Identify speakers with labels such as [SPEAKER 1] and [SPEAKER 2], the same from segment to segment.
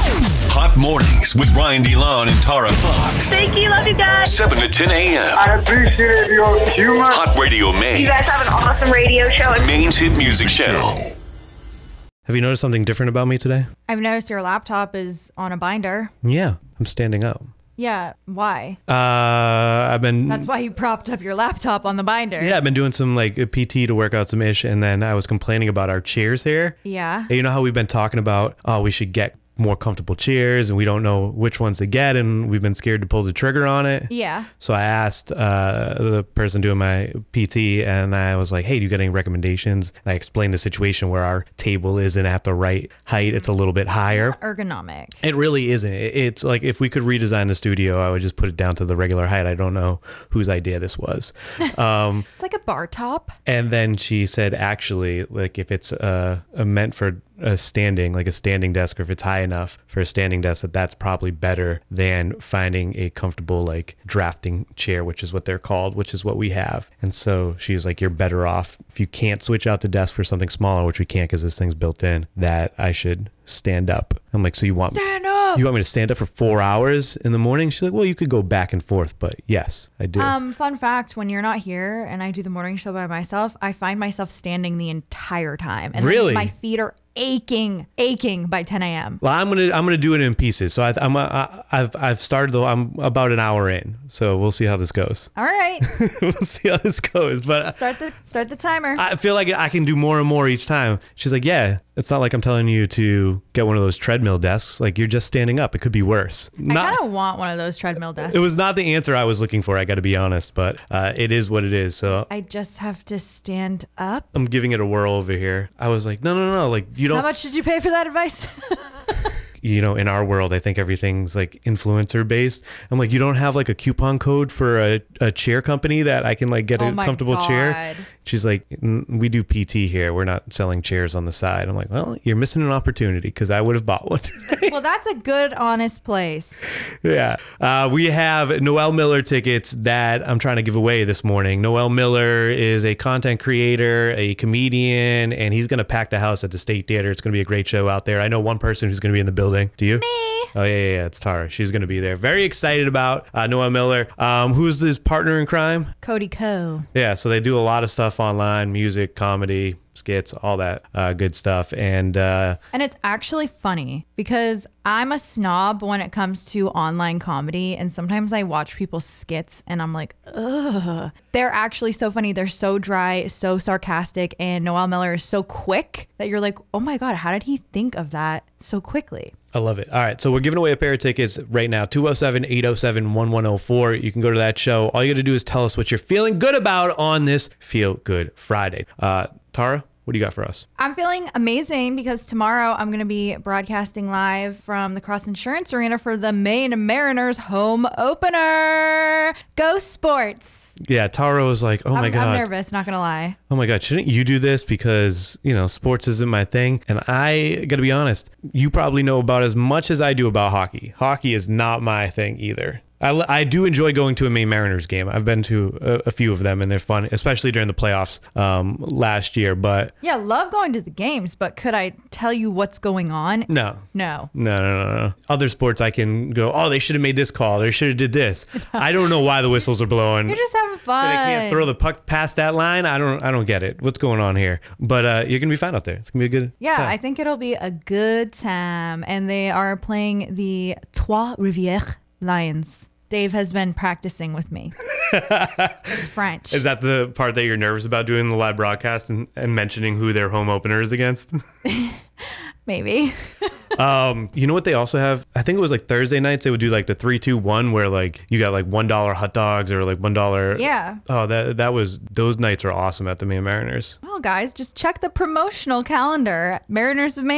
[SPEAKER 1] Hot Mornings with Ryan DeLon and Tara Fox.
[SPEAKER 2] Thank you. Love you guys.
[SPEAKER 1] 7 to 10 a.m.
[SPEAKER 3] I appreciate your humor.
[SPEAKER 1] Hot Radio Maine.
[SPEAKER 2] You guys have an awesome radio show. And
[SPEAKER 1] Maine's hit music channel.
[SPEAKER 4] Have you noticed something different about me today?
[SPEAKER 5] I've noticed your laptop is on a binder.
[SPEAKER 4] Yeah, I'm standing up.
[SPEAKER 5] Yeah, why?
[SPEAKER 4] Uh, I've been
[SPEAKER 5] That's why you propped up your laptop on the binder.
[SPEAKER 4] yeah, I've been doing some like PT to work out some ish, and then I was complaining about our chairs here.
[SPEAKER 5] Yeah.
[SPEAKER 4] And You know how we've been talking about oh we should get more comfortable chairs, and we don't know which ones to get, and we've been scared to pull the trigger on it.
[SPEAKER 5] Yeah.
[SPEAKER 4] So I asked uh, the person doing my PT, and I was like, "Hey, do you got any recommendations?" And I explained the situation where our table isn't at the right height; it's a
[SPEAKER 5] Mm-hmm.
[SPEAKER 4] little bit higher.
[SPEAKER 5] Ergonomic.
[SPEAKER 4] It really isn't. It- It's like if we could redesign the studio, I would just put it down to the regular height. I don't know whose idea this was. Um,
[SPEAKER 5] It's like a bar top.
[SPEAKER 4] and then she said, actually, like if it's uh, uh, meant for a standing, like a standing desk, or if it's high enough for a standing desk, that that's probably better than finding a comfortable like drafting chair, which is what they're called, which is what we have. And so she was like, you're better off if you can't switch out the desk for something smaller, which we can't because this thing's built in. That I should stand up. I'm like, so you want
[SPEAKER 5] Stand up.
[SPEAKER 4] you want me to stand up for four hours in the morning? She's like, well, you could go back and forth, but yes, I do.
[SPEAKER 5] Um, fun fact, when you're not here and I do the morning show by myself, I find myself standing the entire time. And then
[SPEAKER 4] Really?
[SPEAKER 5] my feet are aching, aching by 10 a.m.
[SPEAKER 4] Well, I'm gonna I'm gonna do it in pieces. So I, I'm uh, I, I've I've started though. I'm about an hour in. So we'll see how this goes.
[SPEAKER 5] All right.
[SPEAKER 4] we'll see how this goes. But
[SPEAKER 5] Start the start the timer.
[SPEAKER 4] I feel like I can do more and more each time. She's like, yeah. It's not like I'm telling you to get one of those treadmill desks. Like you're just standing up. It could be worse.
[SPEAKER 5] I
[SPEAKER 4] Not.
[SPEAKER 5] kind of want one of those treadmill desks.
[SPEAKER 4] It was not the answer I was looking for. I got to be honest, but uh, it is what it is. So
[SPEAKER 5] I just have to stand up.
[SPEAKER 4] I'm giving it a whirl over here. I was like, no, no, no. Like you don't.
[SPEAKER 5] How much did you pay for that advice?
[SPEAKER 4] you know, in our world, I think everything's like influencer based. I'm like, you don't have like a coupon code for a, a chair company that I can like get
[SPEAKER 5] Oh
[SPEAKER 4] a
[SPEAKER 5] my
[SPEAKER 4] comfortable chair.
[SPEAKER 5] God.
[SPEAKER 4] She's like, "N- we do PT here. We're not selling chairs on the side. I'm like, well, you're missing an opportunity because I would have bought one today.
[SPEAKER 5] well, that's a good, honest place.
[SPEAKER 4] yeah. Uh, we have Noel Miller tickets that I'm trying to give away this morning. Noel Miller is a content creator, a comedian, and he's going to pack the house at the State Theater. It's going to be a great show out there. I know one person who's going to be in the building. Do you? Oh yeah, yeah, yeah, it's Tara. She's gonna be there. Very excited about uh, Noah Miller, um, who's his partner in crime.
[SPEAKER 5] Cody Co.
[SPEAKER 4] Yeah, so they do a lot of stuff online, music, comedy, skits, all that uh, good stuff. And uh,
[SPEAKER 5] And it's actually funny because I'm a snob when it comes to online comedy. And sometimes I watch people's skits and I'm like, ugh. They're actually so funny. They're so dry, so sarcastic. And Noel Miller is so quick that you're like, oh my God, how did he think of that so quickly?
[SPEAKER 4] I love it. All right, so we're giving away a pair of tickets right now 207 807 1104. You can go to that show. All you gotta do is tell us what you're feeling good about on this Feel Good Friday. Uh, Tara, what do you got for us?
[SPEAKER 5] I'm feeling amazing because tomorrow I'm going to be broadcasting live from the Cross Insurance Arena for the Maine Mariners home opener. Go sports.
[SPEAKER 4] Yeah, Tara was like, oh my
[SPEAKER 5] I'm,
[SPEAKER 4] God.
[SPEAKER 5] I'm nervous, not going to lie.
[SPEAKER 4] oh my god shouldn't you do this because you know sports isn't my thing and i gotta be honest you probably know about as much as i do about hockey hockey is not my thing either I, l- I do enjoy going to a Maine Mariners game. I've been to a, a few of them and they're fun, especially during the playoffs um, last year. But
[SPEAKER 5] Yeah, love going to the games, but could I tell you what's going on?
[SPEAKER 4] no,
[SPEAKER 5] No.
[SPEAKER 4] no, no, no, no. Other sports I can go, oh, they should have made this call. They should have did this. I don't know why the whistles are blowing.
[SPEAKER 5] You're just having fun.
[SPEAKER 4] and I can't throw the puck past that line. I don't. I don't get it. What's going on here? But uh, you're gonna be fine out there. It's gonna be a good.
[SPEAKER 5] yeah,
[SPEAKER 4] time.
[SPEAKER 5] I think it'll be a good time. And they are playing the Trois Rivières Lions. Dave has been practicing with me. it's French.
[SPEAKER 4] Is that the part that you're nervous about doing the live broadcast and, and mentioning who their home opener is against?
[SPEAKER 5] Maybe.
[SPEAKER 4] you know what they also have? I think it was like Thursday nights they would do like the three two one where like you got like one dollar hot dogs or like one dollar.
[SPEAKER 5] Yeah.
[SPEAKER 4] Oh, that that was those nights are awesome at the Maine Mariners.
[SPEAKER 5] Well, guys, just check the promotional calendar at
[SPEAKER 4] Are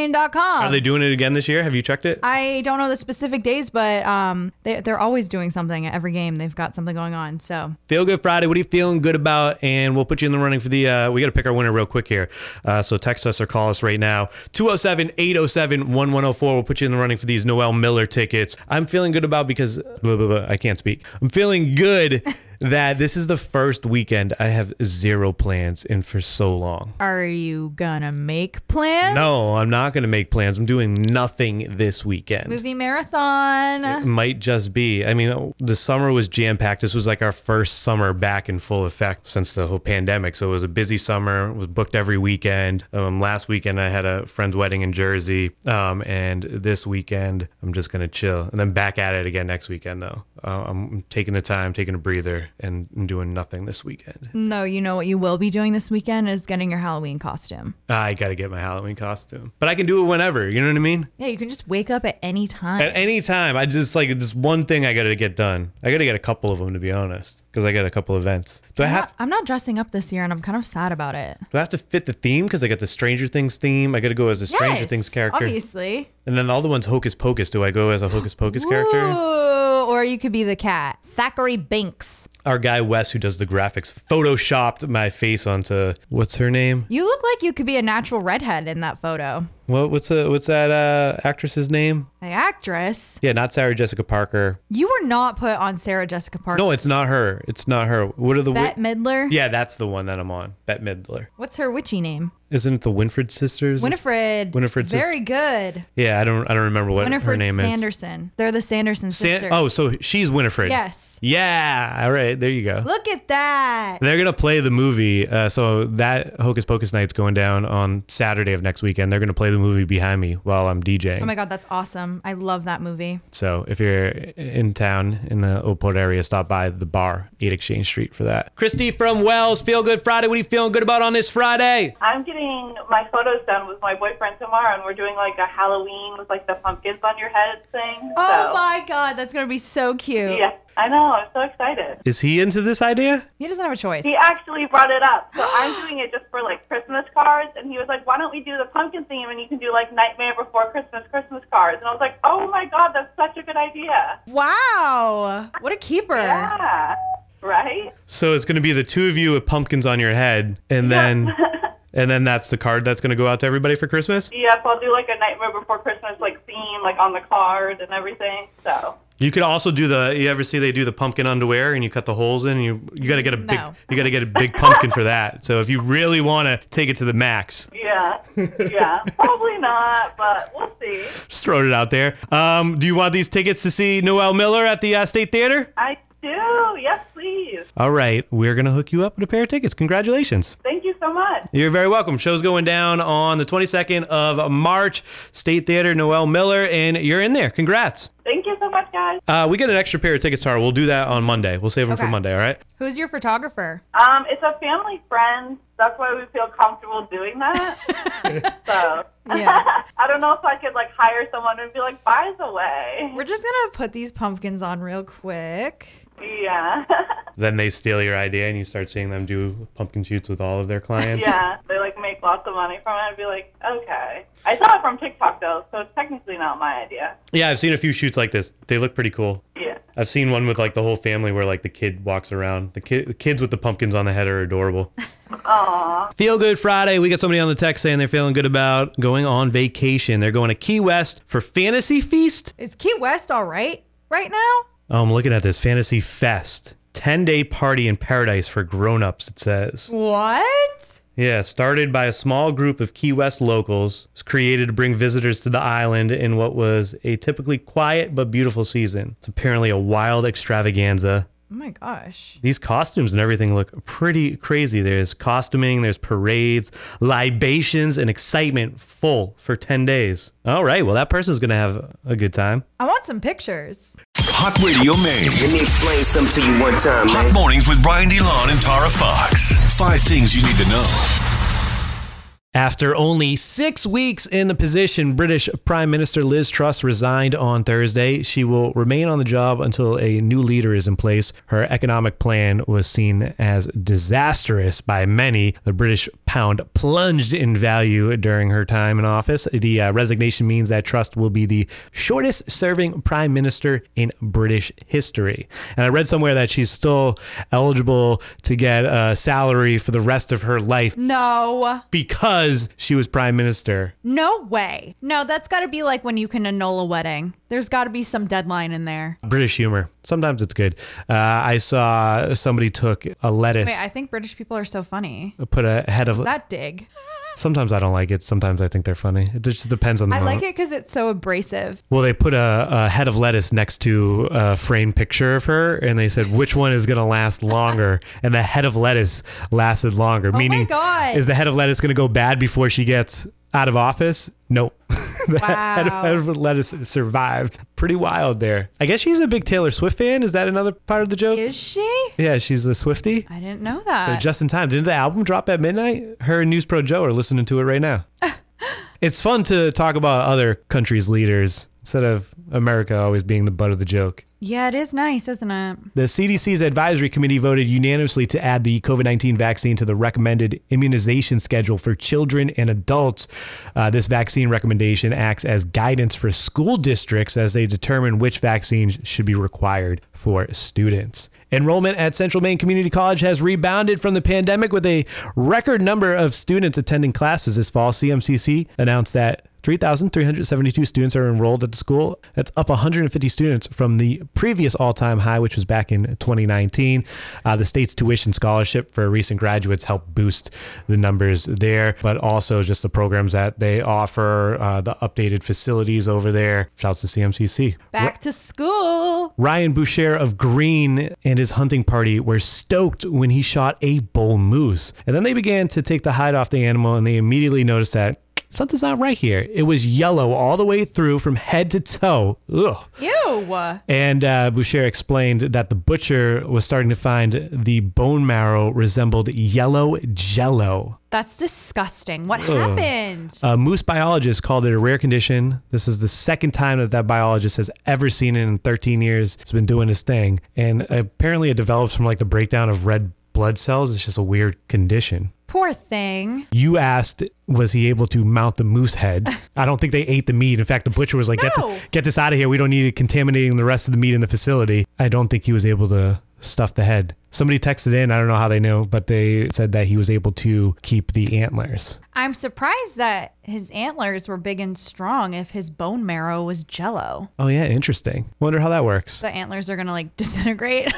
[SPEAKER 5] marinersofmaine.com.
[SPEAKER 4] they doing it again this year? Have you checked it?
[SPEAKER 5] I don't know the specific days, but um, they, they're always doing something at every game. They've got something going on. So
[SPEAKER 4] Feel Good Friday. What are you feeling good about? And we'll put you in the running for the. Uh, we got to pick our winner real quick here. Uh, so text us or call us right now 207 807 1104. We'll put you in the running for these Noel Miller tickets. I'm feeling good about because blah, blah, blah, I can't speak. I'm feeling good that this is the first weekend I have zero plans in for so long.
[SPEAKER 5] Are you gonna make plans?
[SPEAKER 4] No, I'm not going to make plans. I'm doing nothing this weekend.
[SPEAKER 5] Movie marathon.
[SPEAKER 4] might just be. I mean, the summer was jam packed. This was like our first summer back in full effect since the whole pandemic. So it was a busy summer. It was booked every weekend. Um, last weekend I had a friend's wedding in Jersey, um, and this weekend I'm just gonna chill. And then back at it again next weekend though. Uh, I'm taking the time, taking a breather, and I'm doing nothing this weekend.
[SPEAKER 5] No, you know what you will be doing this weekend is getting your Halloween costume.
[SPEAKER 4] I gotta get my Halloween costume, but I can do it whenever. You know what I mean?
[SPEAKER 5] Yeah, you can just wake up at any time.
[SPEAKER 4] At any time, I just like just one thing I got to get done. I got to get a couple of them to be honest, because I got a couple events. Do I
[SPEAKER 5] I'm
[SPEAKER 4] have
[SPEAKER 5] not- I'm not dressing up this year, and I'm kind of sad about it.
[SPEAKER 4] do I have to fit the theme? Because I got the Stranger Things theme. I got to go as a Stranger
[SPEAKER 5] Yes,
[SPEAKER 4] Things character,
[SPEAKER 5] obviously.
[SPEAKER 4] and then the other one's Hocus Pocus. Do I go as a Hocus Pocus character?
[SPEAKER 5] Ooh, or you could be the cat, Zachary Binks.
[SPEAKER 4] Our guy Wes, who does the graphics, photoshopped my face onto what's her name?
[SPEAKER 5] You look like you could be a natural redhead in that photo.
[SPEAKER 4] What what's the, what's that uh, actress's name?
[SPEAKER 5] The actress,
[SPEAKER 4] Yeah, not Sarah Jessica Parker.
[SPEAKER 5] you were not put on Sarah Jessica Parker.
[SPEAKER 4] No, it's not her. It's not her. What are the wi-
[SPEAKER 5] Bette Midler.
[SPEAKER 4] yeah? That's the one that I'm on. Bette Midler.
[SPEAKER 5] What's her witchy name?
[SPEAKER 4] Isn't it the Winfred sisters?
[SPEAKER 5] Winifred.
[SPEAKER 4] Winifred's sis-
[SPEAKER 5] Very good.
[SPEAKER 4] Yeah, I don't I don't remember what her
[SPEAKER 5] Winifred
[SPEAKER 4] name is.
[SPEAKER 5] Sanderson. They're the Sanderson
[SPEAKER 4] San-
[SPEAKER 5] sisters.
[SPEAKER 4] oh, so she's Winifred.
[SPEAKER 5] Yes.
[SPEAKER 4] Yeah. All right. There you go.
[SPEAKER 5] Look at that.
[SPEAKER 4] They're gonna play the movie. Uh, so that Hocus Pocus night's going down on Saturday of next weekend. They're gonna play the movie behind me while I'm DJing.
[SPEAKER 5] Oh my God, that's awesome. I love that movie.
[SPEAKER 4] so if you're in town in the Old Port area, stop by the bar, Eight Exchange Street, for that. Christy from Wells, Feel Good Friday. What are you feeling good about on this Friday?
[SPEAKER 2] I'm getting my photos done with my boyfriend tomorrow, and we're doing like a Halloween with like the pumpkins on your head thing.
[SPEAKER 5] Oh
[SPEAKER 2] so,
[SPEAKER 5] my God, that's going to be so cute.
[SPEAKER 2] Yeah, I know. I'm so excited.
[SPEAKER 4] Is he into this idea?
[SPEAKER 5] He doesn't have a choice.
[SPEAKER 2] He actually brought it up, so I'm doing it just for like Christmas cards, and he was like, "Why don't we do the pumpkin theme, and you can do like Nightmare Before Christmas Christmas cards?" And I was like, "Oh my God, that's such a good idea!"
[SPEAKER 5] Wow. What a keeper.
[SPEAKER 2] Yeah, right.
[SPEAKER 4] So it's gonna be the two of you with pumpkins on your head, and then and then that's the card that's gonna go out to everybody for Christmas.
[SPEAKER 2] Yep, I'll do like a Nightmare Before Christmas like theme, like on the card and everything. So
[SPEAKER 4] You could also do the. You ever see they do the pumpkin underwear and you cut the holes in? And you you gotta get a big.
[SPEAKER 5] No.
[SPEAKER 4] You gotta get a big pumpkin for that. So if you really wanna take it to the max,
[SPEAKER 2] yeah, yeah, probably not, but we'll see.
[SPEAKER 4] just throw it out there. Um, do you want these tickets to see Noel Miller at the uh, State Theater?
[SPEAKER 2] I do. Yes, please.
[SPEAKER 4] All right, we're gonna hook you up with a pair of tickets. Congratulations.
[SPEAKER 2] Thank you so much.
[SPEAKER 4] You're very welcome. Show's going down on the 22nd of March, State Theater, Noel Miller, and you're in there. Congrats.
[SPEAKER 2] Thank you so much, guys.
[SPEAKER 4] Uh, we get an extra pair of tickets tomorrow. We'll do that on Monday. We'll save them for
[SPEAKER 5] Okay.
[SPEAKER 4] Monday. All right.
[SPEAKER 5] Who's your photographer?
[SPEAKER 2] Um, it's a family friend. That's why we feel comfortable doing that. so
[SPEAKER 5] Yeah.
[SPEAKER 2] I don't know if I could like hire someone and be like, by the way,
[SPEAKER 5] We're just going to put these pumpkins on real quick.
[SPEAKER 2] yeah,
[SPEAKER 4] Then they steal your idea, and you start seeing them do pumpkin shoots with all of their clients.
[SPEAKER 2] yeah. They like make lots of money from it. I'd be like, okay. I saw it from TikTok though, so it's technically not my idea.
[SPEAKER 4] Yeah, I've seen a few shoots like this. They look pretty cool.
[SPEAKER 2] Yeah.
[SPEAKER 4] I've seen one with like the whole family where like the kid walks around. The, kid, the kids with the pumpkins on the head are adorable.
[SPEAKER 2] Aw.
[SPEAKER 4] Feel Good Friday. We got somebody on the text saying they're feeling good about going on vacation. They're going to Key West for Fantasy Feast.
[SPEAKER 5] Is Key West all right right now?
[SPEAKER 4] Oh, I'm looking at this Fantasy Fest. 10 day party in paradise for grown ups, it says.
[SPEAKER 5] What?
[SPEAKER 4] Yeah, started by a small group of Key West locals, it was created to bring visitors to the island in what was a typically quiet but beautiful season. It's apparently a wild extravaganza.
[SPEAKER 5] Oh my gosh.
[SPEAKER 4] These costumes and everything look pretty crazy. There's costuming, there's parades, libations, and excitement full for 10 days. All right, well, that person's going to have a good time.
[SPEAKER 5] I want some pictures.
[SPEAKER 1] Hot Radio Maine.
[SPEAKER 6] Let me explain something to you one time,
[SPEAKER 1] Hot
[SPEAKER 6] man.
[SPEAKER 1] mornings with Brian DeLon and Tara Fox. Five things you need to know.
[SPEAKER 4] After only six weeks in the position, British Prime Minister Liz Truss resigned on Thursday. She will remain on the job until a new leader is in place. Her economic plan was seen as disastrous by many. The British pound plunged in value during her time in office. The uh, resignation means that Truss will be the shortest serving prime minister in British history. And I read somewhere that she's still eligible to get a salary for the rest of her life
[SPEAKER 5] No.
[SPEAKER 4] because she was prime minister.
[SPEAKER 5] No way. No, that's got to be like when you can annul a wedding. There's got to be some deadline in there.
[SPEAKER 4] British humor. Sometimes it's good. Uh, I saw somebody took a lettuce,
[SPEAKER 5] Wait, I think British people are so funny.
[SPEAKER 4] put a head of.
[SPEAKER 5] That dig.
[SPEAKER 4] sometimes I don't like it. Sometimes I think they're funny. It just depends on the
[SPEAKER 5] I
[SPEAKER 4] moment.
[SPEAKER 5] like it because it's so abrasive.
[SPEAKER 4] Well, they put a, a head of lettuce next to a framed picture of her, and they said which one is going to last longer, and the head of lettuce lasted longer. meaning,
[SPEAKER 5] Oh God.
[SPEAKER 4] is the head of lettuce going to go bad before she gets out of office? Nope. the head of-
[SPEAKER 5] Wow.
[SPEAKER 4] head of lettuce survived. Pretty wild there. I guess she's a big Taylor Swift fan. Is that another part of the joke?
[SPEAKER 5] Is she?
[SPEAKER 4] yeah, she's a Swifty.
[SPEAKER 5] I didn't know that.
[SPEAKER 4] So just in time. Didn't the album drop at midnight? Her and News Pro Joe are listening to it right now. it's fun to talk about other countries' leaders instead of America always being the butt of the joke.
[SPEAKER 5] yeah, it is nice, isn't it?
[SPEAKER 4] The CDC's advisory committee voted unanimously to add the COVID 19 vaccine to the recommended immunization schedule for children and adults. Uh, this vaccine recommendation acts as guidance for school districts as they determine which vaccines should be required for students. Enrollment at Central Maine Community College has rebounded from the pandemic with a record number of students attending classes this fall. CMCC announced that 3,372 students are enrolled at the school. That's up 150 students from the previous all time high, which was back in 2019. Uh, the state's tuition scholarship for recent graduates helped boost the numbers there, but also just the programs that they offer, uh, the updated facilities over there. Shouts to CMCC.
[SPEAKER 5] Back to school.
[SPEAKER 4] Ryan Boucher of Green and his hunting party were stoked when he shot a bull moose. And then they began to take the hide off the animal and they immediately noticed that something's not right here. It was yellow all the way through from head to toe. Ugh.
[SPEAKER 5] Ew.
[SPEAKER 4] And uh, Boucher explained that the butcher was starting to find the bone marrow resembled yellow jello.
[SPEAKER 5] That's disgusting. What happened?
[SPEAKER 4] A moose biologist called it a rare condition. This is the second time that that biologist has ever seen it in 13 years. It's been doing his thing. And apparently it develops from like the breakdown of red blood cells. It's just a weird condition.
[SPEAKER 5] Poor thing.
[SPEAKER 4] You asked, was he able to mount the moose head? I don't think they ate the meat. In fact, the butcher was like, get,
[SPEAKER 5] No.
[SPEAKER 4] get this out of here. We don't need it contaminating the rest of the meat in the facility. I don't think he was able to stuff the head. Somebody texted in. I don't know how they know, but they said that he was able to keep the antlers.
[SPEAKER 5] I'm surprised that his antlers were big and strong if his bone marrow was jello.
[SPEAKER 4] Oh, yeah. Interesting. Wonder how that works.
[SPEAKER 5] The antlers are going to like disintegrate.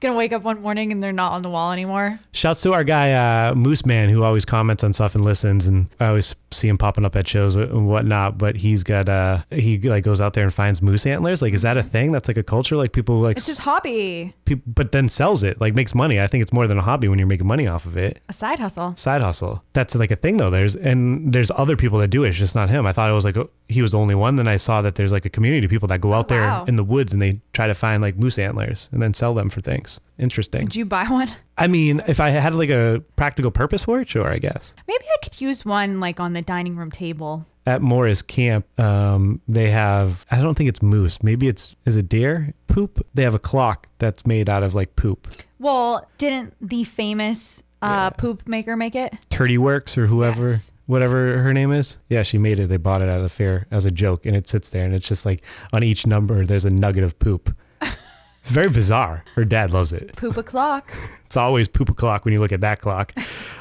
[SPEAKER 5] gonna wake up one morning and they're not on the wall anymore.
[SPEAKER 4] Shouts to our guy uh, Moose Man, who always comments on stuff and listens, and I always see him popping up at shows and whatnot. But he's got uh, he like goes out there and finds moose antlers. Like, is that a thing? That's like a culture. Like people like,
[SPEAKER 5] It's his hobby,
[SPEAKER 4] peop but then sells it. Like makes money. I think it's more than a hobby when you're making money off of it.
[SPEAKER 5] a side hustle.
[SPEAKER 4] Side hustle. That's like a thing though. There's and there's other people that do it. It's just not him. I thought it was like oh, he was the only one. Then I saw that there's like a community of people that go out there
[SPEAKER 5] Oh, wow.
[SPEAKER 4] in the woods and they try to find like moose antlers and then sell them for things. Interesting.
[SPEAKER 5] Did you buy one?
[SPEAKER 4] I mean, if I had like a practical purpose for it, sure, I guess.
[SPEAKER 5] Maybe I could use one like on the dining room table.
[SPEAKER 4] At Morris Camp, um, they have, I don't think it's moose. Maybe it's, is it deer? Poop. They have a clock that's made out of like poop.
[SPEAKER 5] Well, didn't the famous uh, poop maker make it?
[SPEAKER 4] Turdy Works or whoever,
[SPEAKER 5] Yes.
[SPEAKER 4] whatever her name is. Yeah, she made it. They bought it out of the fair as a joke and it sits there and it's just like on each number, there's a nugget of poop. It's very bizarre. Her dad loves it.
[SPEAKER 5] Poop o'clock.
[SPEAKER 4] It's always poop o'clock when you look at that clock.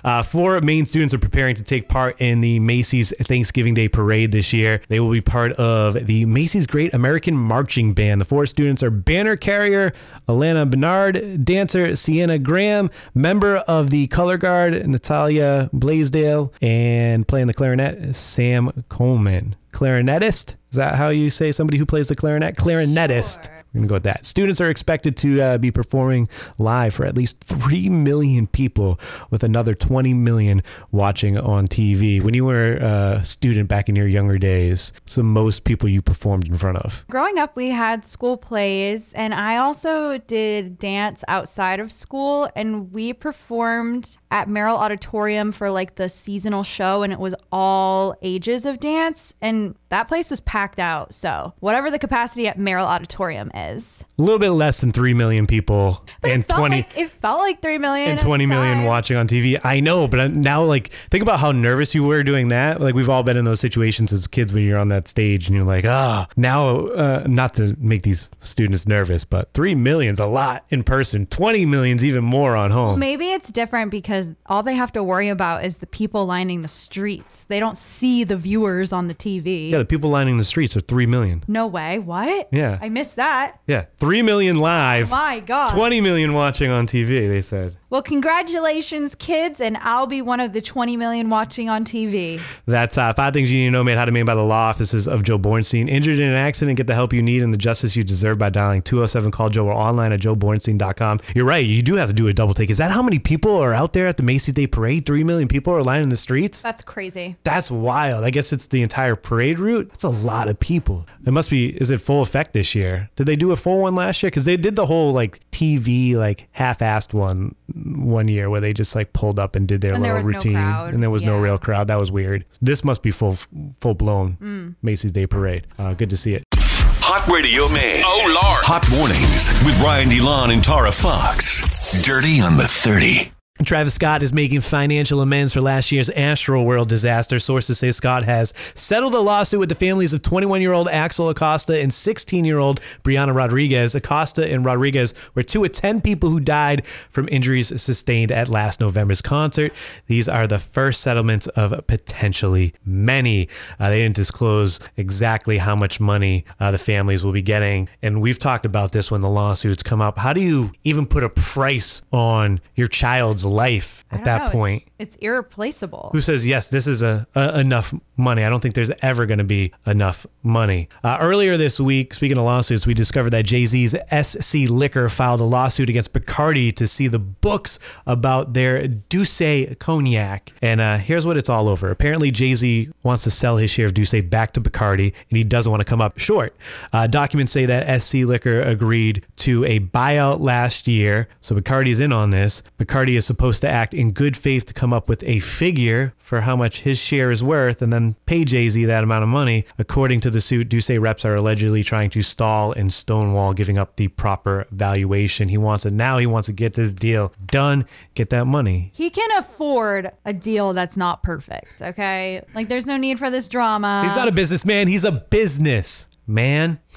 [SPEAKER 4] Uh, four Maine students are preparing to take part in the Macy's Thanksgiving Day Parade this year. They will be part of the Macy's Great American Marching Band. The four students are banner carrier Alana Bernard, dancer Sienna Graham, member of the color guard Natalia Blaisdell, and playing the clarinet Sam Coleman clarinetist. Is that how you say somebody who plays the clarinet? Clarinetist. We're going to go with that. Students are expected to uh, be performing live for at least 3 million people, with another 20 million watching on TV. When you were a student back in your younger days, what's the most people you performed in front of?
[SPEAKER 5] Growing up, we had school plays, and I also did dance outside of school. And we performed at Merrill Auditorium for like the seasonal show, and it was all ages of dance. And that place was packed out. So, whatever the capacity at Merrill Auditorium
[SPEAKER 7] says.
[SPEAKER 4] A little bit less than three million people
[SPEAKER 7] But
[SPEAKER 4] and
[SPEAKER 7] it felt
[SPEAKER 4] twenty
[SPEAKER 7] like, it felt like three million
[SPEAKER 4] and 20 million
[SPEAKER 7] watches.
[SPEAKER 4] watching on TV. I know, but I'm- now like think about how nervous you were doing that. Like we've all been in those situations as kids when you're on that stage and you're like, ah, now uh, not to make these students nervous, but 3 million's a lot in person. 20 million's even more on home.
[SPEAKER 5] Maybe it's different because all they have to worry about is the people lining the streets. They don't see the viewers on the TV.
[SPEAKER 4] yeah, the people lining the streets are 3 million.
[SPEAKER 5] No way. What?
[SPEAKER 4] Yeah.
[SPEAKER 5] I missed that.
[SPEAKER 4] Yeah, 3 million live.
[SPEAKER 5] My God.
[SPEAKER 4] 20 million watching on TV, they said.
[SPEAKER 5] Well, congratulations, kids, and I'll be one of the 20 million watching on TV.
[SPEAKER 4] That's uh, five things you need to know made how to made by the law offices of Joe Bornstein. Injured in an accident, get the help you need and the justice you deserve by dialing 207 call Joe or online at joebornstein.com. You're right. You do have to do a double take. Is that how many people are out there at the Macy's Day Parade? Three million people are lining the streets?
[SPEAKER 5] That's crazy.
[SPEAKER 4] That's wild. I guess it's the entire parade route. That's a lot of people. It must be, is it full effect this year? Did they do a full one last year? Because they did the whole like TV, like half assed one one year where they just like pulled up and did their
[SPEAKER 5] And there
[SPEAKER 4] little
[SPEAKER 5] was no
[SPEAKER 4] routine.
[SPEAKER 5] crowd.
[SPEAKER 4] And there was no
[SPEAKER 5] Yeah.
[SPEAKER 4] real crowd. That was weird. This must be full full blown
[SPEAKER 5] Mm.
[SPEAKER 4] Macy's Day Parade. Uh, good to see it.
[SPEAKER 1] Hot Radio Maine.
[SPEAKER 8] Oh, Lord.
[SPEAKER 1] Hot Mornings with Ryan DeLon and Tara Fox. Dirty on the 30.
[SPEAKER 4] Travis Scott is making financial amends for last year's Astro World disaster. Sources say Scott has settled a lawsuit with the families of 21 year old Axel Acosta and 16 year old Brianna Rodriguez. Acosta and Rodriguez were two of 10 people who died from injuries sustained at last November's concert. These are the first settlements of potentially many. Uh, they didn't disclose exactly how much money uh, the families will be getting. And we've talked about this when the lawsuits come up. How do you even put a price on your child's life at that point?
[SPEAKER 5] It's, irreplaceable.
[SPEAKER 4] Who says, yes, this is a, a enough money? I don't think there's ever going to be enough money. Uh, earlier this week, speaking of lawsuits, we discovered that Jay Z's SC Liquor filed a lawsuit against Bacardi to see the books about their Douce cognac. And uh, here's what it's all over. Apparently, Jay Z wants to sell his share of Douce back to Bacardi, and he doesn't want to come up short. Uh, documents say that SC Liquor agreed to a buyout last year. So Bacardi's in on this. Bacardi is supposed to act in good faith to come up with a figure for how much his share is worth and then pay Jay Z that amount of money. According to the suit, Duce reps are allegedly trying to stall and stonewall giving up the proper valuation. He wants it now. He wants to get this deal done, get that money.
[SPEAKER 5] he can afford a deal that's not perfect, okay? Like, there's no need for this drama.
[SPEAKER 4] He's not a businessman. He's a business man.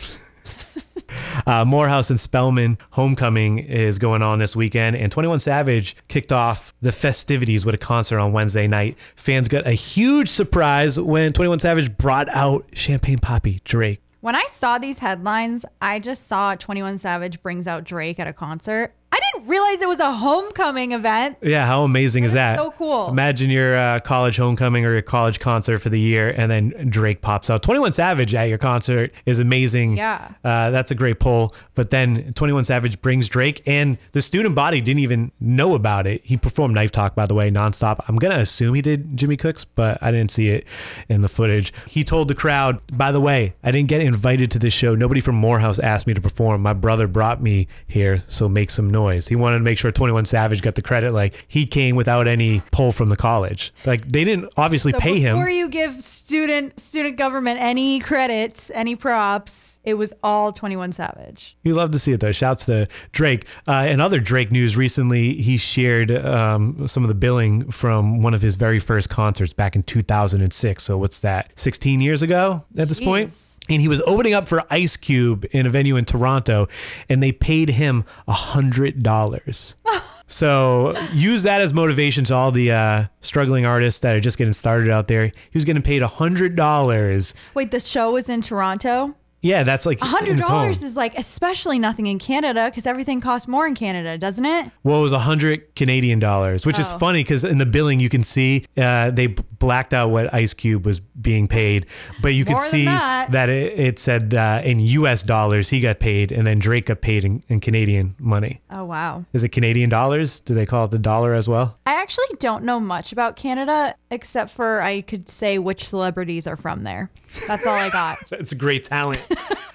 [SPEAKER 4] Uh, Morehouse and Spellman Homecoming is going on this weekend, and 21 Savage kicked off the festivities with a concert on Wednesday night. Fans got a huge surprise when 21 Savage brought out Champagne Poppy Drake.
[SPEAKER 5] When I saw these headlines, I just saw 21 Savage brings out Drake at a concert. I didn't realize it was a homecoming event.
[SPEAKER 4] Yeah, how amazing is that?
[SPEAKER 5] is so cool.
[SPEAKER 4] Imagine your uh, college homecoming or your college concert for the year, and then Drake pops out. Twenty One Savage at your concert is amazing.
[SPEAKER 5] Yeah.
[SPEAKER 4] uh, that's a great poll. But then Twenty One Savage brings Drake, and the student body didn't even know about it. He performed Knife Talk, by the way, nonstop. I'm gonna assume he did Jimmy Cooks, but I didn't see it in the footage. He told the crowd, "By the way, I didn't get invited to this show. Nobody from Morehouse asked me to perform. My brother brought me here, so make some noise." He wanted to make sure 21 Savage got the credit. Like he came without any pull from the college. Like they didn't obviously
[SPEAKER 5] So
[SPEAKER 4] pay him.
[SPEAKER 5] Before you give student student government any credits, any props, it was all 21 Savage.
[SPEAKER 4] You love to see it though. Shouts to Drake. Uh, and other Drake news recently, he shared um, some of the billing from one of his very first concerts back in 2006. So what's that? 16 years ago at this point. And he was opening up for Ice Cube in a venue in Toronto, and they paid him hundred dollars. So use that as motivation to all the uh, struggling artists that are just getting started out there. He was getting paid hundred dollars.
[SPEAKER 5] Wait, the show was in Toronto?
[SPEAKER 4] Yeah, that's like in his home.
[SPEAKER 5] $100 is like especially nothing in Canada cuz everything costs more in Canada, doesn't it?
[SPEAKER 4] Well, it was 100 Canadian dollars, which is
[SPEAKER 5] Oh.
[SPEAKER 4] funny because in the billing you can see uh, they b- blacked out what Ice Cube was being paid, but you could
[SPEAKER 5] More than
[SPEAKER 4] see
[SPEAKER 5] that.
[SPEAKER 4] it, it said uh, in U.S. dollars he got paid, and then Drake got paid in, in Canadian money.
[SPEAKER 5] Oh wow.
[SPEAKER 4] Is it Canadian dollars? Do they call it the dollar as well?
[SPEAKER 5] I actually don't know much about Canada except for I could say which celebrities are from there. That's all I got.
[SPEAKER 4] It's a great talent.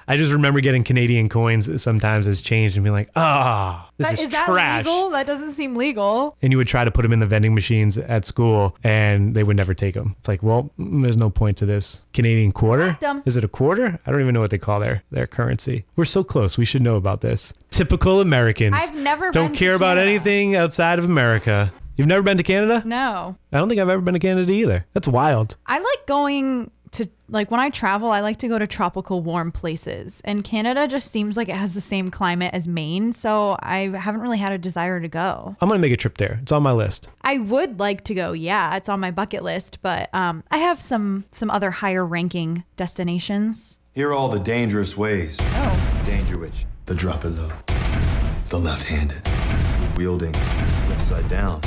[SPEAKER 4] I just remember getting Canadian coins sometimes as change and being like, ah, this
[SPEAKER 5] That-
[SPEAKER 4] is
[SPEAKER 5] Is
[SPEAKER 4] trash.
[SPEAKER 5] that legal? That doesn't seem legal.
[SPEAKER 4] And you would try to put them in the vending machines at school, and they would never take them. It's like, well, mm, there's no point to this Canadian quarter.
[SPEAKER 5] Them.
[SPEAKER 4] Is it a quarter? I don't even know what they call their their currency. We're so close. We should know about this. Typical Americans.
[SPEAKER 5] I've never
[SPEAKER 4] don't
[SPEAKER 5] been to
[SPEAKER 4] care about
[SPEAKER 5] Canada.
[SPEAKER 4] anything outside of America. You've never been to Canada?
[SPEAKER 5] No.
[SPEAKER 4] I don't think I've ever been to Canada either. That's wild.
[SPEAKER 5] I like going to like when I travel, I like to go to tropical warm places. And Canada just seems like it has the same climate as Maine, so I haven't really had a desire to go.
[SPEAKER 4] I'm gonna make a trip there. It's on my list.
[SPEAKER 5] I would like to go. Yeah, it's on my bucket list, but um I have some some other higher ranking destinations.
[SPEAKER 9] Here are all the dangerous ways. Danger which the drop it low, the left-handed, wielding, upside down.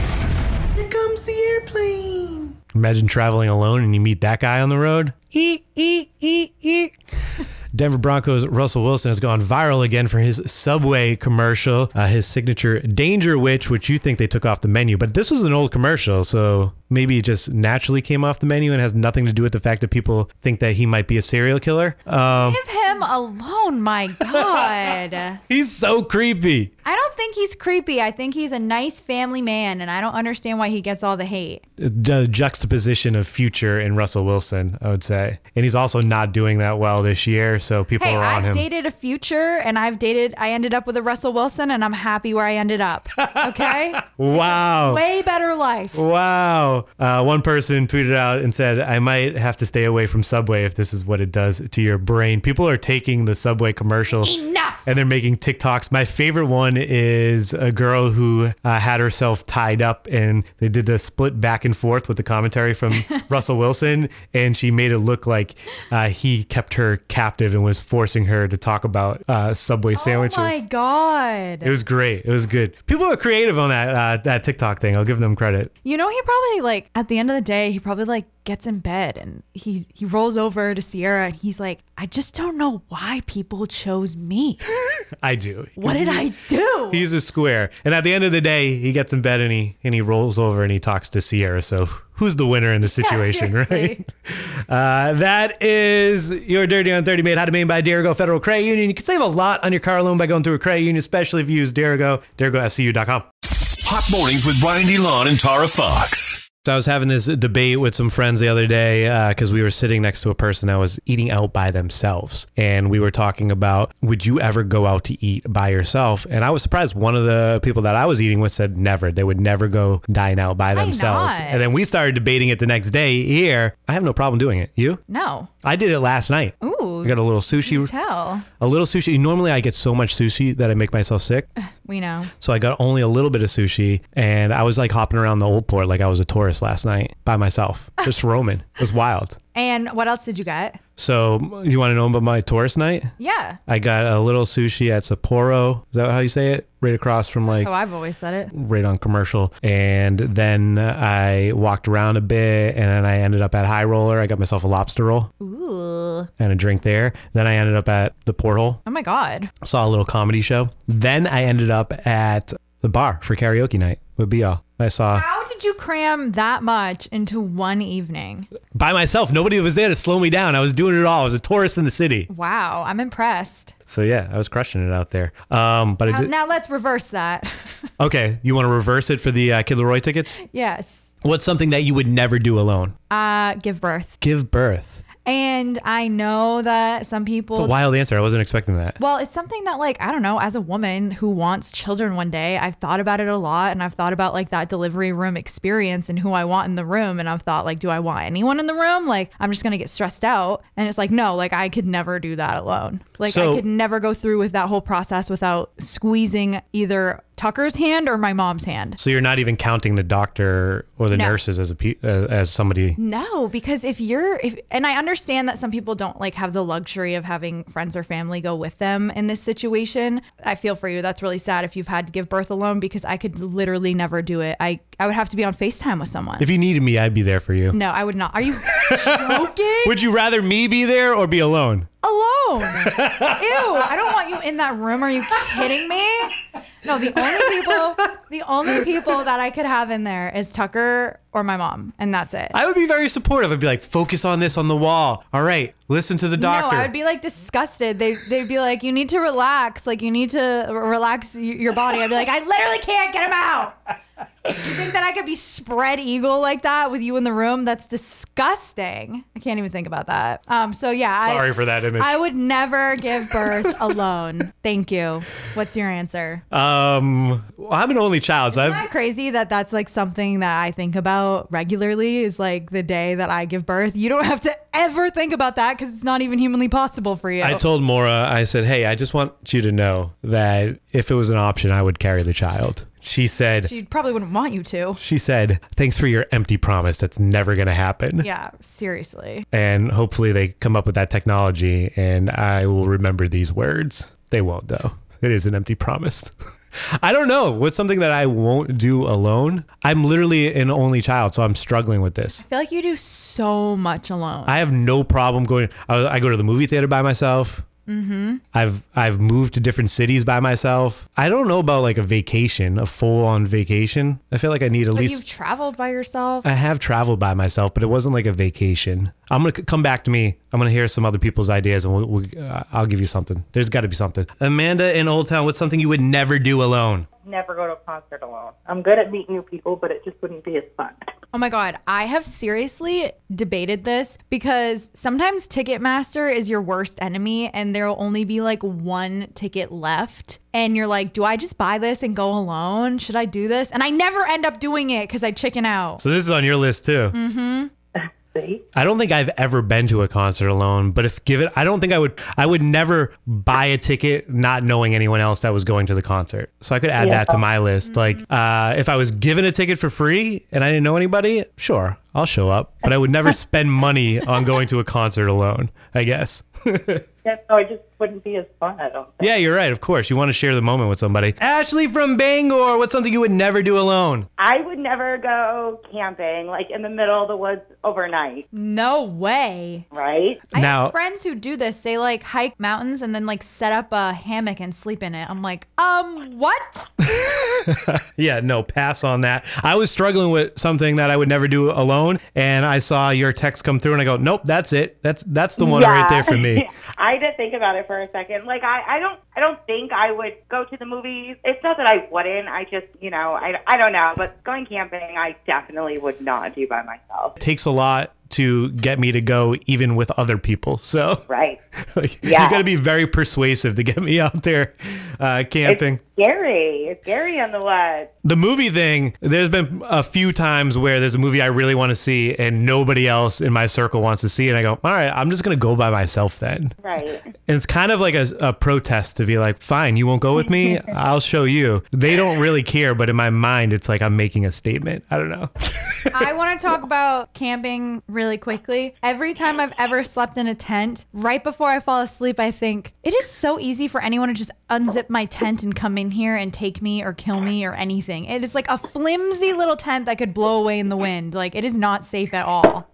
[SPEAKER 9] Here comes the airplane.
[SPEAKER 4] Imagine traveling alone and you meet that guy on the road. Eek, eek, eek, eek. Denver Broncos Russell Wilson has gone viral again for his Subway commercial, uh, his signature Danger Witch, which you think they took off the menu, but this was an old commercial, so maybe it just naturally came off the menu and has nothing to do with the fact that people think that he might be a serial killer. Um,
[SPEAKER 5] Leave him alone, my god.
[SPEAKER 4] he's so creepy.
[SPEAKER 5] I don't think he's creepy. I think he's a nice family man and I don't understand why he gets all the hate.
[SPEAKER 4] the juxtaposition of future and Russell Wilson, I would say. And he's also not doing that well this year, so people
[SPEAKER 5] Hey,
[SPEAKER 4] are on
[SPEAKER 5] I've
[SPEAKER 4] him.
[SPEAKER 5] dated a future and I've dated, I ended up with a Russell Wilson and I'm happy where I ended up. Okay?
[SPEAKER 4] wow.
[SPEAKER 5] Way better life.
[SPEAKER 4] Oh, Wow. Uh, one person tweeted out and said, I might have to stay away from Subway if this is what it does to your brain. People are taking the Subway commercial.
[SPEAKER 5] Enough.
[SPEAKER 4] And they're making TikToks. My favorite one is a girl who uh, had herself tied up, and they did the split back and forth with the commentary from Russell Wilson, and she made it look like uh, he kept her captive and was forcing her to talk about uh, Subway sandwiches.
[SPEAKER 5] Oh my God.
[SPEAKER 4] It was great. It was good. People are creative on that uh, that TikTok thing. I'll give them credit.
[SPEAKER 5] You know, he probably like, at the end of the day, he probably like gets in bed and he, he rolls over to Sierra and he's like, I just don't know why people chose me.
[SPEAKER 4] I do.
[SPEAKER 5] What did I do?
[SPEAKER 4] He's a square. And at the end of the day, he gets in bed and he and he rolls over and he talks to Sierra. So who's the winner in the situation, right?
[SPEAKER 5] seriously.
[SPEAKER 4] Uh, that is your Dirty on 30 made how to made by Derigo Federal Credit Union. You can save a lot on your car loan by going through a credit union, especially if you use Derigo, derigofcu.com.
[SPEAKER 1] Hot mornings with Brian DeLon and Tara Fox.
[SPEAKER 4] So I was having this debate with some friends the other day because we were sitting next to a person that was eating out by themselves, and we were talking about would you ever go out to eat by yourself? And I was surprised. One of the people that I was eating with said never. They would never go dine out by themselves.
[SPEAKER 5] not?
[SPEAKER 4] And then we started debating it the next day. Here, I have no problem doing it. You?
[SPEAKER 5] No.
[SPEAKER 4] I did it last night.
[SPEAKER 5] Ooh.
[SPEAKER 4] I got a little sushi.
[SPEAKER 5] Tell.
[SPEAKER 4] A little sushi. Normally, I get so much sushi that I make myself sick.
[SPEAKER 5] We know.
[SPEAKER 4] So I got only a little bit of sushi and I was like hopping around the old port like I was a tourist last night by myself, just roaming. It was wild.
[SPEAKER 5] And what else did you get?
[SPEAKER 4] So you want to know about my tourist night?
[SPEAKER 5] Yeah.
[SPEAKER 4] I got a little sushi at Sapporo. Is that how you say it? Right across from like
[SPEAKER 5] Oh, I've always said it.
[SPEAKER 4] right on commercial. And then I walked around a bit and then I ended up at High Roller. I got myself a lobster roll
[SPEAKER 5] Ooh.
[SPEAKER 4] and a drink there. Then I ended up at the porthole.
[SPEAKER 5] Oh my God.
[SPEAKER 4] saw a little comedy show. Then I ended up at the bar for karaoke night with BL. I saw
[SPEAKER 5] How did you cram that much into one evening?
[SPEAKER 4] by myself. Nobody was there to slow me down. I was doing it all. I was a tourist in the city.
[SPEAKER 5] Wow, I'm impressed.
[SPEAKER 4] So yeah, I was crushing it out there. Um, but I
[SPEAKER 5] Now,
[SPEAKER 4] did,
[SPEAKER 5] now let's reverse that.
[SPEAKER 4] okay, you want to reverse it for the uh, Kid Leroy tickets?
[SPEAKER 5] yes.
[SPEAKER 4] What's something that you would never do alone?
[SPEAKER 5] Uh, give birth.
[SPEAKER 4] Give birth.
[SPEAKER 5] And I know that some people.
[SPEAKER 4] It's a wild answer. I wasn't expecting that.
[SPEAKER 5] well, it's something that, like, I don't know, as a woman who wants children one day, I've thought about it a lot and I've thought about, like, that delivery room experience and who I want in the room. And I've thought, like, do I want anyone in the room? Like, I'm just going to get stressed out. And it's like, no, like, I could never do that alone. Like,
[SPEAKER 4] So-
[SPEAKER 5] I could never go through with that whole process without squeezing either Tucker's hand or my mom's hand.
[SPEAKER 4] So you're not even counting the doctor or the
[SPEAKER 5] No.
[SPEAKER 4] nurses as a pe- uh, as somebody.
[SPEAKER 5] No, because if you're if and I understand that some people don't like have the luxury of having friends or family go with them in this situation. I feel for you. That's really sad if you've had to give birth alone because I could literally never do it. I I would have to be on FaceTime with someone.
[SPEAKER 4] If you needed me, I'd be there for you.
[SPEAKER 5] no, I would not. Are you joking?
[SPEAKER 4] Would you rather me be there or be alone?
[SPEAKER 5] alone. Ew, I don't want you in that room. Are you kidding me? No, the only people the only people that I could have in there is Tucker or my mom, and that's it.
[SPEAKER 4] I would be very supportive. I'd be like, focus on this on the wall. All right, listen to the doctor.
[SPEAKER 5] No, I would be like disgusted. They they'd be like, you need to relax. Like you need to r- relax y- your body. I'd be like, I literally can't get him out. Do you think that I could be spread eagle like that with you in the room? That's disgusting. I can't even think about that. Um. So yeah. I-
[SPEAKER 4] Sorry for that image.
[SPEAKER 5] I would never give birth alone. Thank you. What's your answer?
[SPEAKER 4] um, well, I'm an only child, so I've
[SPEAKER 5] Isn't that crazy that that's like something that I think about regularly is like the day that I give birth. You don't have to ever think about that because it's not even humanly possible for you.
[SPEAKER 4] I told Mora, I said, "Hey, I just want you to know that if it was an option, I would carry the child." She said, she,
[SPEAKER 5] she probably wouldn't want you to.
[SPEAKER 4] said, "Thanks for your empty promise. That's never going to happen."
[SPEAKER 5] Yeah, seriously.
[SPEAKER 4] And hopefully they come up with that technology and I will remember these words. They won't though. It is an empty promise. I don't know. What's something that I won't do alone? I'm literally an only child, so I'm struggling with this.
[SPEAKER 5] I feel like you do so much alone.
[SPEAKER 4] I have no problem going. I, I go to the movie theater by myself. Mm-hmm. I've I've moved to different cities by myself. I don't know about like a vacation, a full on vacation. I feel like I need at
[SPEAKER 5] but
[SPEAKER 4] least.
[SPEAKER 5] you've traveled by yourself.
[SPEAKER 4] I have traveled by myself, but it wasn't like a vacation. I'm gonna c- come back to me. I'm gonna hear some other people's ideas, and we'll, we'll, uh, I'll give you something. There's got to be something. Amanda in Old Town, what's something you would never do alone?
[SPEAKER 2] Never go to a concert alone. I'm good at meeting new people, but it just wouldn't be as fun.
[SPEAKER 5] Oh my God. I have seriously debated this because sometimes Ticketmaster is your worst enemy and there'll only be like one ticket left. And you're like, do I just buy this and go alone? Should I do this? And I never end up doing it because I chicken out.
[SPEAKER 4] So this is on your list too.
[SPEAKER 2] See?
[SPEAKER 4] I don't think I've ever been to a concert alone, but if given, I don't think I would. I would never buy a ticket not knowing anyone else that was going to the concert. So I could add that to my list. Like, uh, if I was given a ticket for free and I didn't know anybody, sure, I'll show up. But I would never spend money on going to a concert alone. I guess.
[SPEAKER 2] Yeah, no, it just wouldn't be as fun, I don't think.
[SPEAKER 4] Yeah, you're right. Of course, you want to share the moment with somebody. Ashley from Bangor, what's something you would never do alone?
[SPEAKER 2] I would never go camping, like in the middle of the woods overnight,
[SPEAKER 5] No way.
[SPEAKER 2] right?
[SPEAKER 5] I
[SPEAKER 4] Now-
[SPEAKER 5] have friends who do this. They like hike mountains and then like set up a hammock and sleep in it. I'm like, um, what?
[SPEAKER 4] Yeah, no, pass on that. I was struggling with something that I would never do alone, and I saw your text come through, and I go, "Nope, that's it. That's that's the one right there for me."
[SPEAKER 2] I did think about it for a second. Like I, I don't I don't think I would go to the movies. It's not that I wouldn't. I just, you know, I, I don't know, but going camping I definitely would not do by myself.
[SPEAKER 4] It takes a lot to get me to go, even with other people. So,
[SPEAKER 2] Right.
[SPEAKER 4] like,
[SPEAKER 2] Yeah.
[SPEAKER 4] you got to be very persuasive to get me out there uh, camping.
[SPEAKER 2] Scary. It's scary in the woods.
[SPEAKER 4] the movie thing, there's been a few times where there's a movie I really want to see, and nobody else in my circle wants to see, it, and I go, "All right, I'm just gonna go by myself then."
[SPEAKER 2] Right.
[SPEAKER 4] And it's kind of like a, a protest to be like, fine, you won't go with me. I'll show you. They don't really care, but in my mind, it's like I'm making a statement. I don't know.
[SPEAKER 5] I want to talk about camping really quickly. Every time I've ever slept in a tent, right before I fall asleep, I think it is so easy for anyone to just unzip my tent and come in here and take me or kill me or anything. It is like a flimsy little tent that could blow away in the wind. Like it is not safe at all.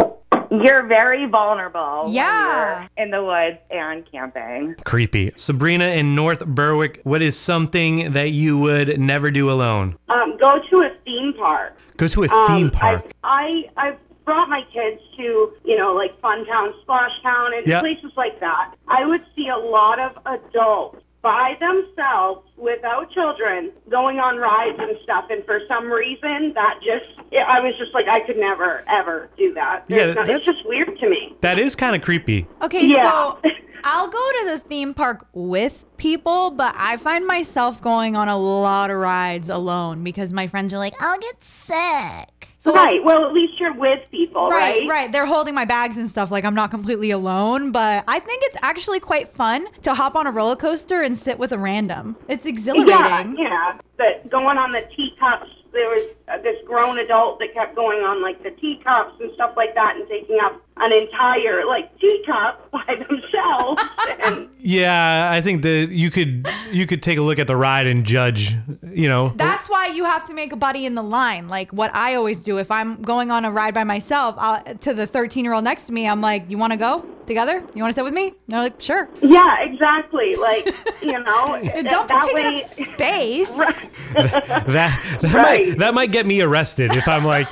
[SPEAKER 2] You're very vulnerable. when
[SPEAKER 5] Yeah.
[SPEAKER 2] you're in the woods and camping.
[SPEAKER 4] Creepy. Sabrina in North Berwick, what is something that you would never do alone?
[SPEAKER 2] Um, go to a theme park.
[SPEAKER 4] Go to a
[SPEAKER 10] Um,
[SPEAKER 4] theme park.
[SPEAKER 10] I, I I've brought my kids to you know like Fun Town, Splash Town, and
[SPEAKER 4] Yeah.
[SPEAKER 10] places like that. I would see a lot of adults by themselves without children going on rides and stuff. And for some reason, that just yeah, I was just like I could never ever do that.
[SPEAKER 4] Yeah,
[SPEAKER 10] There's no-
[SPEAKER 4] that's-
[SPEAKER 10] it's just weird to me.
[SPEAKER 4] that is kind of creepy.
[SPEAKER 5] Okay,
[SPEAKER 10] Yeah.
[SPEAKER 5] so I'll go to the theme park with people, but I find myself going on a lot of rides alone because my friends are like, I'll get sick. So like,
[SPEAKER 10] Right. Well, at least you're with people,
[SPEAKER 5] Right,
[SPEAKER 10] right?
[SPEAKER 5] right. They're holding my bags and stuff. Like I'm not completely alone, but I think it's actually quite fun to hop on a roller coaster and sit with a random. It's
[SPEAKER 10] Yeah,
[SPEAKER 5] exhilarating.
[SPEAKER 10] yeah. But going on the teacups, there was uh, this grown adult that kept going on like the teacups and stuff like that, and taking up an entire like teacup by themselves. and
[SPEAKER 4] Yeah, I think that you could you could take a look at the ride and judge, you know.
[SPEAKER 5] That's why you have to make a buddy in the line. Like what I always do if I'm going on a ride by myself I'll, to the 13 year old next to me, I'm like, You want to go together? You want to sit with me? And they're like, Sure.
[SPEAKER 10] yeah, exactly. Like you know,
[SPEAKER 5] Don't
[SPEAKER 10] that,
[SPEAKER 5] be
[SPEAKER 10] that
[SPEAKER 5] taking
[SPEAKER 10] way-
[SPEAKER 5] up space.
[SPEAKER 4] that that might
[SPEAKER 10] Right.
[SPEAKER 4] that might get me arrested if I'm like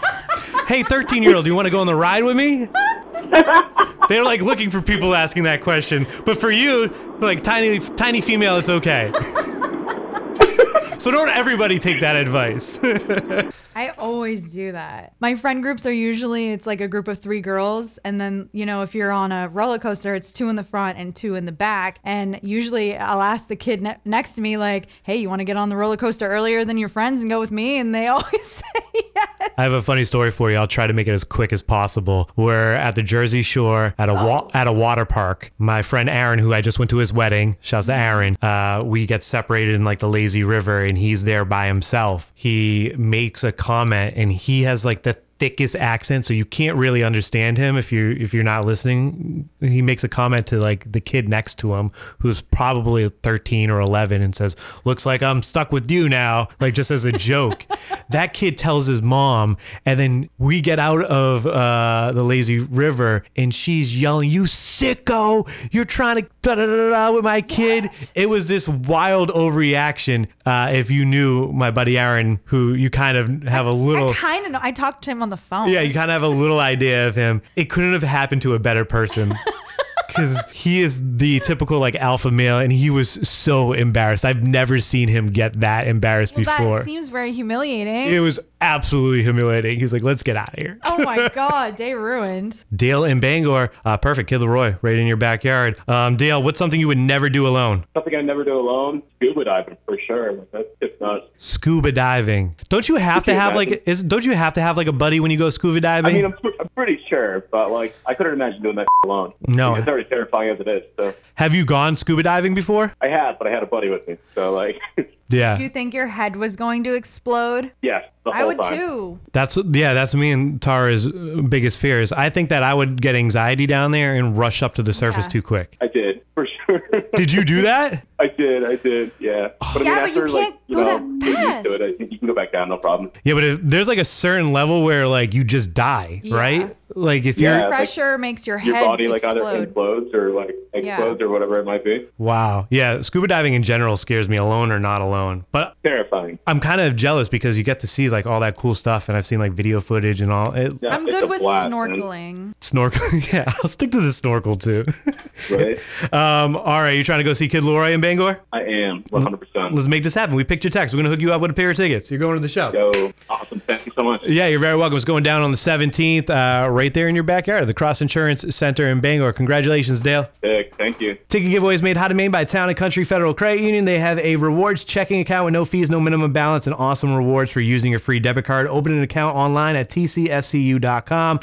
[SPEAKER 4] hey, 13 year old, you want to go on the ride with me? They're like looking for people asking that question. But for you, like tiny, tiny female, it's okay. so don't everybody take that advice.
[SPEAKER 5] I always do that. My friend groups are usually it's like a group of three girls, and then you know if you're on a roller coaster, it's two in the front and two in the back. And usually I'll ask the kid ne- next to me like, "Hey, you want to get on the roller coaster earlier than your friends and go with me?" And they always say yes.
[SPEAKER 4] I have a funny story for you. I'll try to make it as quick as possible. We're at the Jersey Shore at a wa- at a water park. My friend Aaron, who I just went to his wedding, shouts to Aaron. Uh, we get separated in like the lazy river, and he's there by himself. He makes a comment, and he has like the thickest accent so you can't really understand him if you if you're not listening he makes a comment to like the kid next to him who's probably 13 or 11 and says looks like I'm stuck with you now like just as a joke that kid tells his mom and then we get out of uh, the lazy river and she's yelling you sicko you're trying to da da da da with my kid it was this wild overreaction uh, if you knew my buddy Aaron who you kind of have a little
[SPEAKER 5] I kind of know. I talked to him on the phone.
[SPEAKER 4] yeah, you kind of have a little idea of him. It couldn't have happened to a better person. Because he is the typical like alpha male, and he was so embarrassed. I've never seen him get that embarrassed before.
[SPEAKER 5] That seems very humiliating.
[SPEAKER 4] it was absolutely humiliating. He's like, "Let's get out of here."
[SPEAKER 5] oh my god, day ruined.
[SPEAKER 4] Dale in Bangor, uh, perfect. Kid Leroy, right in your backyard. Um, Dale, what's something you would never do alone?
[SPEAKER 11] Something I never do alone. Scuba diving for sure. That's just nuts.
[SPEAKER 4] Scuba diving. Don't you have to
[SPEAKER 11] Scuba
[SPEAKER 4] have
[SPEAKER 11] diving.
[SPEAKER 4] like is don't you have to have like a buddy when you go scuba diving?
[SPEAKER 11] I mean, I'm, pr- I'm pretty sure, but like, I couldn't imagine doing that alone.
[SPEAKER 4] No.
[SPEAKER 11] it's already terrifying as it is. So
[SPEAKER 4] have you gone scuba diving before?
[SPEAKER 11] I have, but I had a buddy with me. So like,
[SPEAKER 4] Yeah.
[SPEAKER 5] Do you think your head was going to explode?
[SPEAKER 11] yes, the
[SPEAKER 5] I
[SPEAKER 11] whole
[SPEAKER 5] would
[SPEAKER 11] time.
[SPEAKER 5] too.
[SPEAKER 4] That's yeah, that's me and Tara's uh, biggest fears. I think that I would get anxiety down there and rush up to the surface too quick.
[SPEAKER 11] I did for sure.
[SPEAKER 4] Did you do that?
[SPEAKER 11] I did. I did. Yeah.
[SPEAKER 4] Oh.
[SPEAKER 11] But
[SPEAKER 5] Yeah, but you can't go that
[SPEAKER 11] get used to
[SPEAKER 5] fast.
[SPEAKER 11] it, I think you can go back down, no problem.
[SPEAKER 4] Yeah, but if, there's like a certain level where like you just die, right? Like if you're
[SPEAKER 11] Yeah, like,
[SPEAKER 5] Pressure makes your,
[SPEAKER 11] your
[SPEAKER 5] head
[SPEAKER 11] body like either
[SPEAKER 5] explode.
[SPEAKER 11] implodes or like explodes or whatever it might be.
[SPEAKER 4] wow, yeah. Scuba diving in general scares me, alone or not alone. But
[SPEAKER 11] Terrifying.
[SPEAKER 4] I'm kind of jealous because you get to see like all that cool stuff, and I've seen like video footage and all. It,
[SPEAKER 11] Yeah,
[SPEAKER 5] I'm
[SPEAKER 11] it's a
[SPEAKER 5] good with
[SPEAKER 11] blast, man.
[SPEAKER 5] snorkeling.
[SPEAKER 4] Snorkel, yeah. I'll stick to the snorkel too.
[SPEAKER 11] Right?
[SPEAKER 4] um, all right, you trying to go see Kid Leroy in Bangor?
[SPEAKER 11] I am 100. percent
[SPEAKER 4] Let's make this happen. We picked your text. We're gonna hook you up with a pair of tickets. You're going to the show.
[SPEAKER 11] Go. Awesome. Thank you so much.
[SPEAKER 4] Yeah, you're very welcome. It's going down on the 17th, uh, right there in your backyard, the Cross Insurance Center in Bangor. Congratulations, Dale.
[SPEAKER 11] Sick. Thank you.
[SPEAKER 4] Ticket giveaways made hot and made by Town and Country Federal Credit Union. They have a rewards checking account with no fees, no minimum balance, and awesome rewards for using your free debit card. Open an account online at tcfcu.com.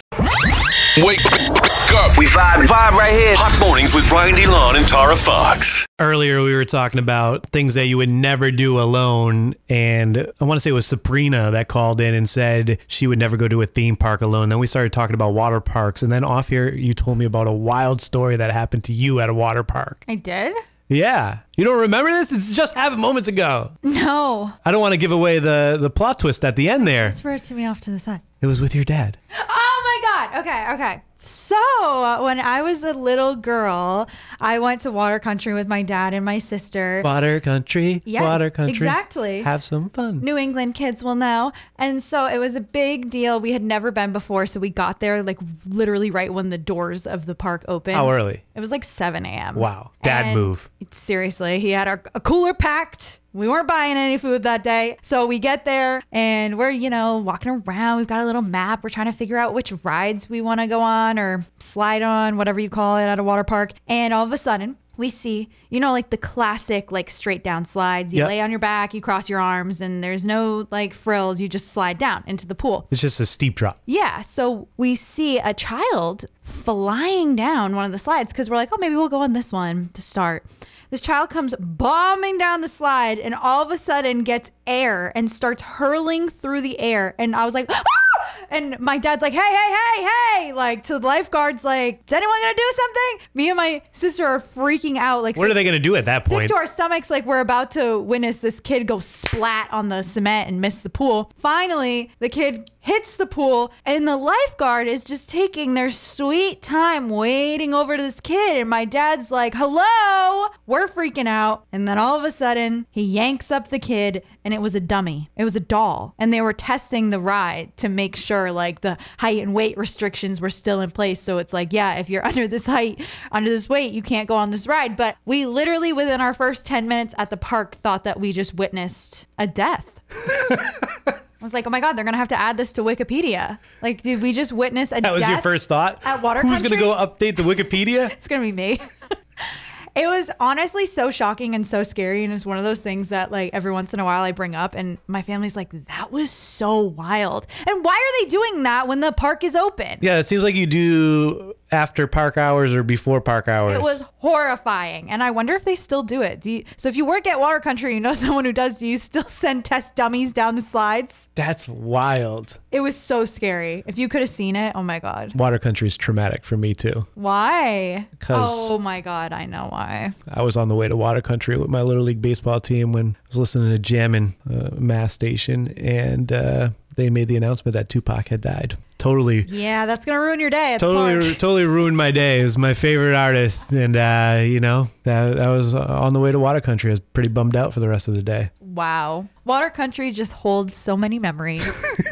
[SPEAKER 1] Wake up.
[SPEAKER 6] We vibe, vibe right here.
[SPEAKER 1] Hot mornings with Brian DeLon and Tara Fox.
[SPEAKER 4] Earlier, we were talking about things that you would never do alone. And I want to say it was Sabrina that called in and said she would never go to a theme park alone. Then we started talking about water parks. And then off here, you told me about a wild story that happened to you at a water park.
[SPEAKER 5] I did?
[SPEAKER 4] Yeah. You don't remember this? It's just happened moments ago.
[SPEAKER 5] No.
[SPEAKER 4] I don't want to give away the, the plot twist at the end there.
[SPEAKER 5] Whisper it to me off to the side.
[SPEAKER 4] It was with your dad.
[SPEAKER 5] Oh my God. Okay. Okay. So when I was a little girl, I went to water country with my dad and my sister.
[SPEAKER 4] Water country.
[SPEAKER 5] Yeah,
[SPEAKER 4] water country.
[SPEAKER 5] exactly.
[SPEAKER 4] Have some fun.
[SPEAKER 5] New England kids will know. And so it was a big deal. We had never been before. So we got there like literally right when the doors of the park opened.
[SPEAKER 4] How early?
[SPEAKER 5] It was like 7 a.m.
[SPEAKER 4] Wow. Dad
[SPEAKER 5] And
[SPEAKER 4] move.
[SPEAKER 5] Seriously, he had our a cooler packed. We weren't buying any food that day. So we get there and we're, you know, walking around. We've got a little map. We're trying to figure out which rides we want to go on or slide on, whatever you call it at a water park. And all of a sudden, we see, you know, like the classic, like straight down slides. You
[SPEAKER 4] Yep.
[SPEAKER 5] lay on your back, you cross your arms, and there's no like frills. You just slide down into the pool.
[SPEAKER 4] It's just a steep drop.
[SPEAKER 5] Yeah. So we see a child flying down one of the slides because we're like, oh, maybe we'll go on this one to start. This child comes bombing down the slide and all of a sudden gets air and starts hurling through the air. And I was like, "Ah!" and my dad's like, hey, hey, hey, hey, like to the lifeguards, like, is anyone gonna do something? Me and my sister are freaking out. Like,
[SPEAKER 4] What are they going to do at that
[SPEAKER 5] sick
[SPEAKER 4] point?
[SPEAKER 5] to our stomachs like we're about to witness this kid go splat on the cement and miss the pool finally the kid hits the pool, and the lifeguard is just taking their sweet time wading over to this kid. And my dad's like, hello, we're freaking out. And then all of a sudden, he yanks up the kid, and it was a dummy. It was a doll. And they were testing the ride to make sure, like, the height and weight restrictions were still in place. So it's like, yeah, if you're under this height, under this weight, you can't go on this ride. But we literally, within our first 10 minutes at the park, thought that we just witnessed a death. I was like, oh my God, they're going to have to add this to Wikipedia. Like, did we just witness a
[SPEAKER 4] That was your
[SPEAKER 5] death
[SPEAKER 4] first thought.
[SPEAKER 5] At water
[SPEAKER 4] Who's
[SPEAKER 5] country?
[SPEAKER 4] gonna go update the Wikipedia?
[SPEAKER 5] It's going to be me. it was honestly so shocking and so scary. And it's one of those things that, like, every once in a while I bring up, and my family's like, that was so wild. And why are they doing that when the park is open?
[SPEAKER 4] yeah, it seems like you do after park hours or before park hours.
[SPEAKER 5] It was horrifying, and I wonder if they still do it. Do you, so? If you work at Water Country, you know someone who does. Do you still send test dummies down the slides?
[SPEAKER 4] That's wild.
[SPEAKER 5] It was so scary. If you could have seen it, oh my god,
[SPEAKER 4] Water country is traumatic for me too.
[SPEAKER 5] why?
[SPEAKER 4] 'Cause-
[SPEAKER 5] Oh my god, I know why.
[SPEAKER 4] I was on the way to Water Country with my Little League Baseball team when I was listening to Jammin' uh, Mass Station, and uh, they made the announcement that Tupac had died. Totally,
[SPEAKER 5] Yeah, that's gonna ruin your day. At
[SPEAKER 4] totally,
[SPEAKER 5] the park.
[SPEAKER 4] totally ruined my day. It was my favorite artist, and uh, you know that I was on the way to Water Country. I was pretty bummed out for the rest of the day.
[SPEAKER 5] Wow. Water Country just holds so many memories.